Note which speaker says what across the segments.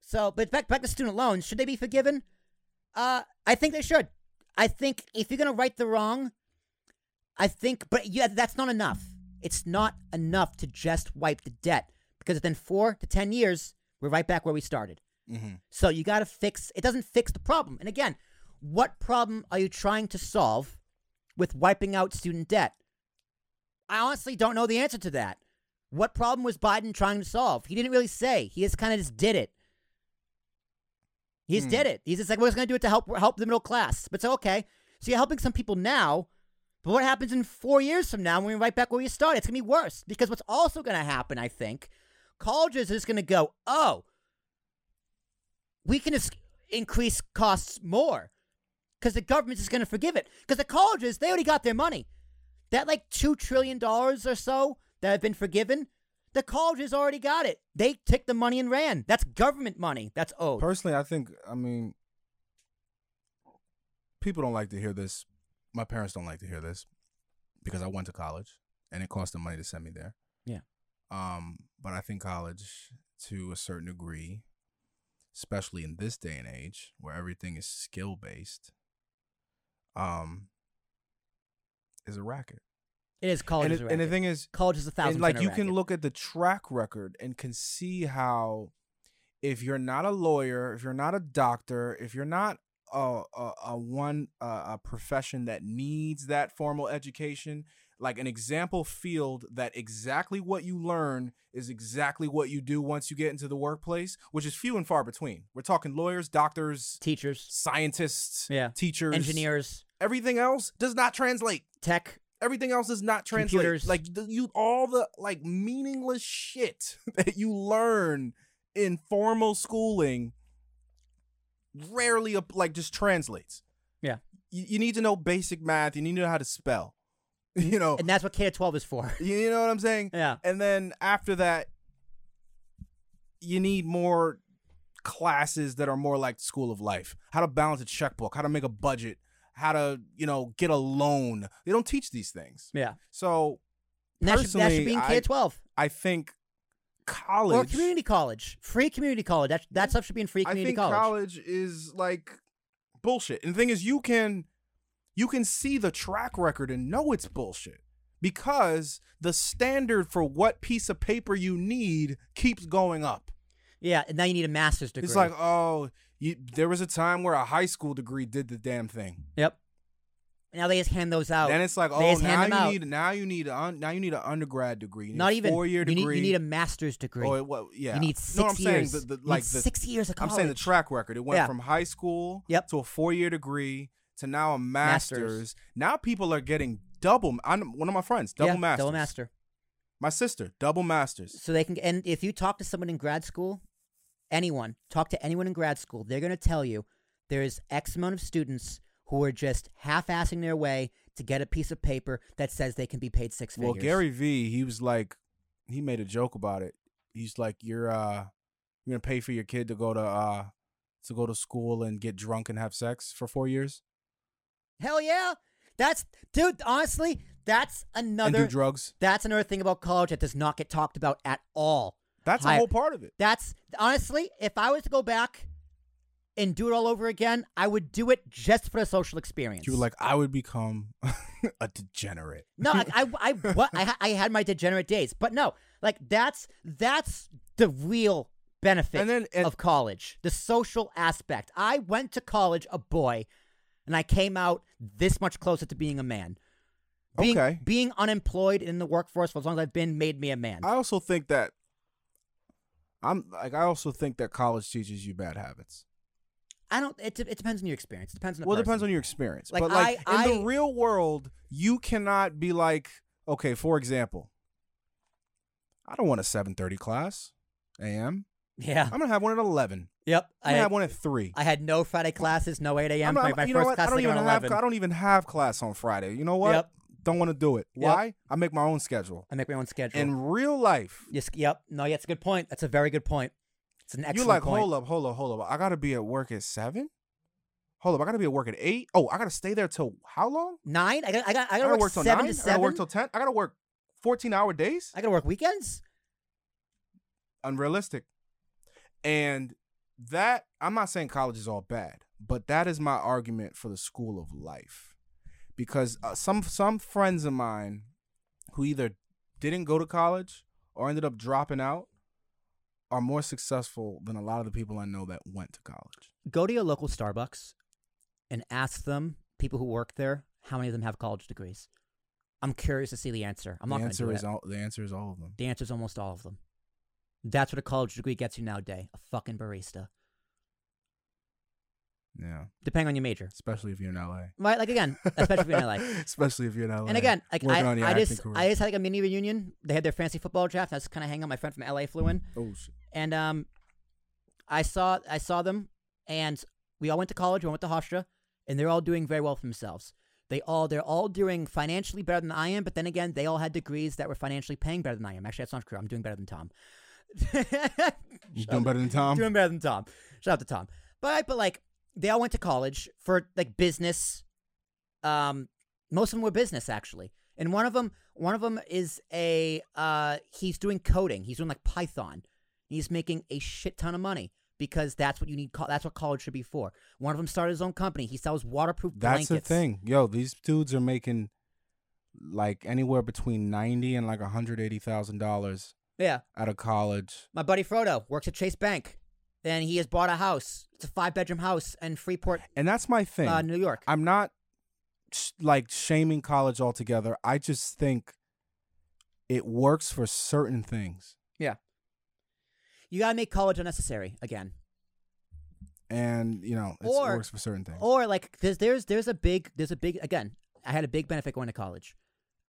Speaker 1: So, but back back to student loans, should they be forgiven? Uh, I think they should. I think if you're gonna right the wrong, I think, but yeah, that's not enough. It's not enough to just wipe the debt because within four to ten years, we're right back where we started.
Speaker 2: Mhm.
Speaker 1: So you got to fix. It doesn't fix the problem. And again, what problem are you trying to solve with wiping out student debt? I honestly don't know the answer to that. What problem was Biden trying to solve? He didn't really say. He just kind of just did it. He just did it. He's just like, we're just going to do it to help help the middle class. But so okay, so you're helping some people now, but what happens in four years from now when we're right back where you started? It's going to be worse because what's also going to happen, I think, colleges is going to go, oh, we can just increase costs more because the government's just going to forgive it because the colleges they already got their money that like two trillion dollars or so that have been forgiven the colleges already got it they took the money and ran that's government money that's owed
Speaker 2: Personally, I think I mean people don't like to hear this. My parents don't like to hear this because I went to college and it cost them money to send me there.
Speaker 1: Yeah.
Speaker 2: Um, but I think college to a certain degree, especially in this day and age where everything is skill based, um is a racket.
Speaker 1: it is
Speaker 2: and,
Speaker 1: colleges
Speaker 2: it- and the thing is
Speaker 1: college is a thousand
Speaker 2: and like
Speaker 1: percent
Speaker 2: you
Speaker 1: a
Speaker 2: can
Speaker 1: racket.
Speaker 2: look at the track record and can see how if you're not a lawyer if you're not a doctor if you're not a, a, a one a, a profession that needs that formal education like an example field that exactly what you learn is exactly what you do once you get into the workplace which is few and far between we're talking lawyers doctors
Speaker 1: teachers
Speaker 2: scientists
Speaker 1: Yeah.
Speaker 2: teachers
Speaker 1: engineers
Speaker 2: everything else does not translate
Speaker 1: tech
Speaker 2: everything else does not translate.
Speaker 1: Computers.
Speaker 2: Like the, you, all the like meaningless shit that you learn in formal schooling rarely ap- like just translates.
Speaker 1: Yeah.
Speaker 2: you, you need to know basic math. You need to know how to spell. You know,
Speaker 1: and that's what k-12 is for
Speaker 2: you, you know what I'm saying.
Speaker 1: yeah
Speaker 2: And then after that, you need more classes that are more like school of life. How to balance a checkbook, how to make a budget, how to, you know, get a loan. They don't teach these things.
Speaker 1: yeah
Speaker 2: So
Speaker 1: and that should, that should be in
Speaker 2: Personally, I-
Speaker 1: k-12
Speaker 2: I think
Speaker 1: or
Speaker 2: college
Speaker 1: community college free community college that, that stuff should be in free
Speaker 2: I
Speaker 1: community
Speaker 2: think college is like bullshit. And the thing is you can you can see the track record and know it's bullshit because the standard for what piece of paper you need keeps going up.
Speaker 1: yeah and now you need a master's degree
Speaker 2: It's like, oh, you, there was a time where a high school degree did the damn thing.
Speaker 1: Yep. Now they just hand those out.
Speaker 2: Then it's like,
Speaker 1: They
Speaker 2: oh,
Speaker 1: just hand
Speaker 2: now
Speaker 1: them
Speaker 2: you
Speaker 1: out.
Speaker 2: need now you need a, now you need an undergrad degree,
Speaker 1: not even
Speaker 2: four year
Speaker 1: you
Speaker 2: degree.
Speaker 1: need, you need a master's degree.
Speaker 2: Oh, it, wa- yeah.
Speaker 1: You need
Speaker 2: no, I'm
Speaker 1: six
Speaker 2: saying
Speaker 1: years.
Speaker 2: the, the,
Speaker 1: You need
Speaker 2: like the,
Speaker 1: six years of college.
Speaker 2: I'm saying the track record. It went
Speaker 1: Yeah.
Speaker 2: from high school
Speaker 1: Yep.
Speaker 2: to a four year degree to now a master's.
Speaker 1: Masters.
Speaker 2: Now people are getting double. i one of my friends, double
Speaker 1: yeah,
Speaker 2: masters.
Speaker 1: Double master.
Speaker 2: My sister, double masters.
Speaker 1: So they can. And if you talk to someone in grad school, anyone talk to anyone in grad school, they're going to tell you there is X amount of students who are just half-assing their way to get a piece of paper that says they can be paid six
Speaker 2: Well,
Speaker 1: figures.
Speaker 2: Gary V, he was like, he made a joke about it. He's like, you're uh, you're gonna pay for your kid to go to uh, to go to school and get drunk and have sex for four years
Speaker 1: hell yeah, that's dude. Honestly, that's
Speaker 2: and
Speaker 1: another.
Speaker 2: do drugs.
Speaker 1: That's another thing about college that does not get talked about at all.
Speaker 2: That's
Speaker 1: Hi-
Speaker 2: a whole part of it.
Speaker 1: That's honestly, if I was to go back and do it all over again, I would do it just for the social experience.
Speaker 2: You were like, I would become a degenerate.
Speaker 1: no, I, I, I, what, I, ha- I had my degenerate days, but no, like that's that's the real benefit
Speaker 2: And then- and-
Speaker 1: of college, the social aspect. I went to college a boy, and I came out this much closer to being a man. Being,
Speaker 2: Okay.
Speaker 1: Being unemployed in the workforce for as long as I've been made me a man.
Speaker 2: I also think that I'm like I also think that college teaches you bad habits.
Speaker 1: I don't. It, it depends on your experience. It depends on. The
Speaker 2: Well, it depends
Speaker 1: person.
Speaker 2: on your experience.
Speaker 1: Like,
Speaker 2: but like
Speaker 1: I- I-
Speaker 2: in the real world, you cannot be like, okay, for example, I don't want a 7:30 class a.m.
Speaker 1: Yeah.
Speaker 2: I'm gonna have one at 11.
Speaker 1: Yep.
Speaker 2: I'm gonna have one at three.
Speaker 1: I had no Friday classes, no 8 a.m.
Speaker 2: I'm,
Speaker 1: My,
Speaker 2: I'm-
Speaker 1: my
Speaker 2: you know
Speaker 1: first
Speaker 2: what?
Speaker 1: class
Speaker 2: I don't
Speaker 1: like
Speaker 2: even
Speaker 1: around
Speaker 2: have
Speaker 1: 11.
Speaker 2: I don't even have class on Friday. You know what?
Speaker 1: Yep.
Speaker 2: Don't want to do it.
Speaker 1: Yep.
Speaker 2: Why? I make my own schedule.
Speaker 1: I make my own schedule.
Speaker 2: In real life,
Speaker 1: yes, yep. No, yeah, it's a good point. That's a very good point. It's an excellent
Speaker 2: you like,
Speaker 1: point.
Speaker 2: hold up, hold up, hold up. I gotta be at work at seven. Hold up, I gotta be at work at eight. Oh, I gotta stay there till how long?
Speaker 1: Nine? I got. I got. I got to
Speaker 2: gotta
Speaker 1: work
Speaker 2: till
Speaker 1: seven
Speaker 2: nine.
Speaker 1: to
Speaker 2: I gotta
Speaker 1: seven.
Speaker 2: work till ten. I gotta work fourteen hour days.
Speaker 1: I gotta work weekends.
Speaker 2: Unrealistic. And that I'm not saying college is all bad, but that is my argument for the school of life, because uh, some some friends of mine who either didn't go to college or ended up dropping out are more successful than a lot of the people I know that went to college.
Speaker 1: Go to your local Starbucks and ask them, people who work there, how many of them have college degrees. I'm curious to see the answer. I'm not
Speaker 2: the
Speaker 1: going to
Speaker 2: answer
Speaker 1: do
Speaker 2: is
Speaker 1: it.
Speaker 2: all. The answer is all of them.
Speaker 1: The answer is almost all of them. That's what a college degree gets you nowadays a fucking barista,
Speaker 2: Yeah,
Speaker 1: depending on your major.
Speaker 2: especially if you're in LA.
Speaker 1: Right? Like, again, especially if you're in LA.
Speaker 2: especially if you're in LA.
Speaker 1: And again, like
Speaker 2: working
Speaker 1: I,
Speaker 2: on your
Speaker 1: I
Speaker 2: acting
Speaker 1: just
Speaker 2: career.
Speaker 1: I just had like a mini reunion. They had their fancy football draft. I was kind of hanging out. My friend from LA flew in,
Speaker 2: oh shit.
Speaker 1: and um, I saw I saw them, and we all went to college. We all went to Hofstra, and they're all doing very well for themselves. They all they're all doing financially better than I am. But then again, they all had degrees that were financially paying better than I am. Actually, that's not true. I'm doing better than Tom.
Speaker 2: You doing better than Tom.
Speaker 1: doing better than Tom. Shout out to Tom. But but like they all went to college for like business. Um, most of them were business actually, and one of them one of them is a uh he's doing coding. He's doing like Python. He's making a shit ton of money because that's what you need. Co- that's what college should be for. One of them started his own company. He sells waterproof
Speaker 2: That's
Speaker 1: blankets.
Speaker 2: the thing, yo. These dudes are making like anywhere between ninety and like hundred eighty thousand dollars
Speaker 1: Yeah,
Speaker 2: out of college.
Speaker 1: my buddy Frodo works at Chase Bank, and he has bought a house. It's a five bedroom house in Freeport,
Speaker 2: And that's my thing.
Speaker 1: uh, New York.
Speaker 2: I'm not sh- like shaming college altogether. I just think it works for certain things.
Speaker 1: You gotta make college unnecessary again.
Speaker 2: And you know, it's,
Speaker 1: Or-
Speaker 2: it works for certain things.
Speaker 1: Or like, because there's there's a big there's a big again. I had a big benefit going to college.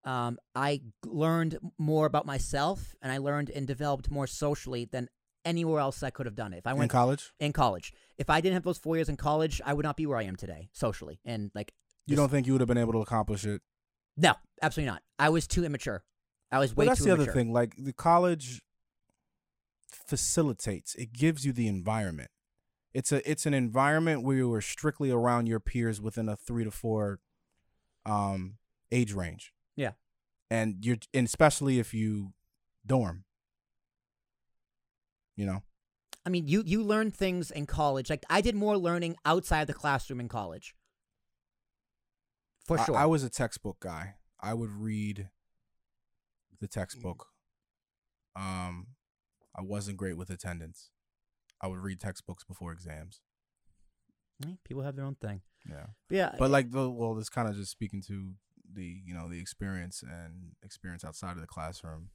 Speaker 1: Um, I g- learned more about myself, and I learned and developed more socially than anywhere else I could have done it. If I
Speaker 2: in
Speaker 1: went
Speaker 2: college,
Speaker 1: in college, if I didn't have those four years in college, I would not be where I am today socially. And like,
Speaker 2: you don't think you would have been able to accomplish it
Speaker 1: no, absolutely not. I was too immature. I was way
Speaker 2: Well, that's
Speaker 1: too
Speaker 2: the other
Speaker 1: immature.
Speaker 2: thing. Like the college facilitates; it gives you the environment. It's a it's an environment where you are strictly around your peers within a three to four um, age range.
Speaker 1: Yeah.
Speaker 2: and you're and especially if you dorm. You know,
Speaker 1: I mean, you you learn things in college. Like I did more learning outside the classroom in college. For
Speaker 2: I-
Speaker 1: sure.
Speaker 2: I, was a textbook guy. I would read the
Speaker 1: Mm-hmm.
Speaker 2: textbook. Um, I wasn't great with attendance. I would read textbooks before exams.
Speaker 1: Mm, People have their own thing.
Speaker 2: Yeah.
Speaker 1: But Uh, yeah.
Speaker 2: but like the well it's kind of just speaking to the you know the experience and experience outside of the classroom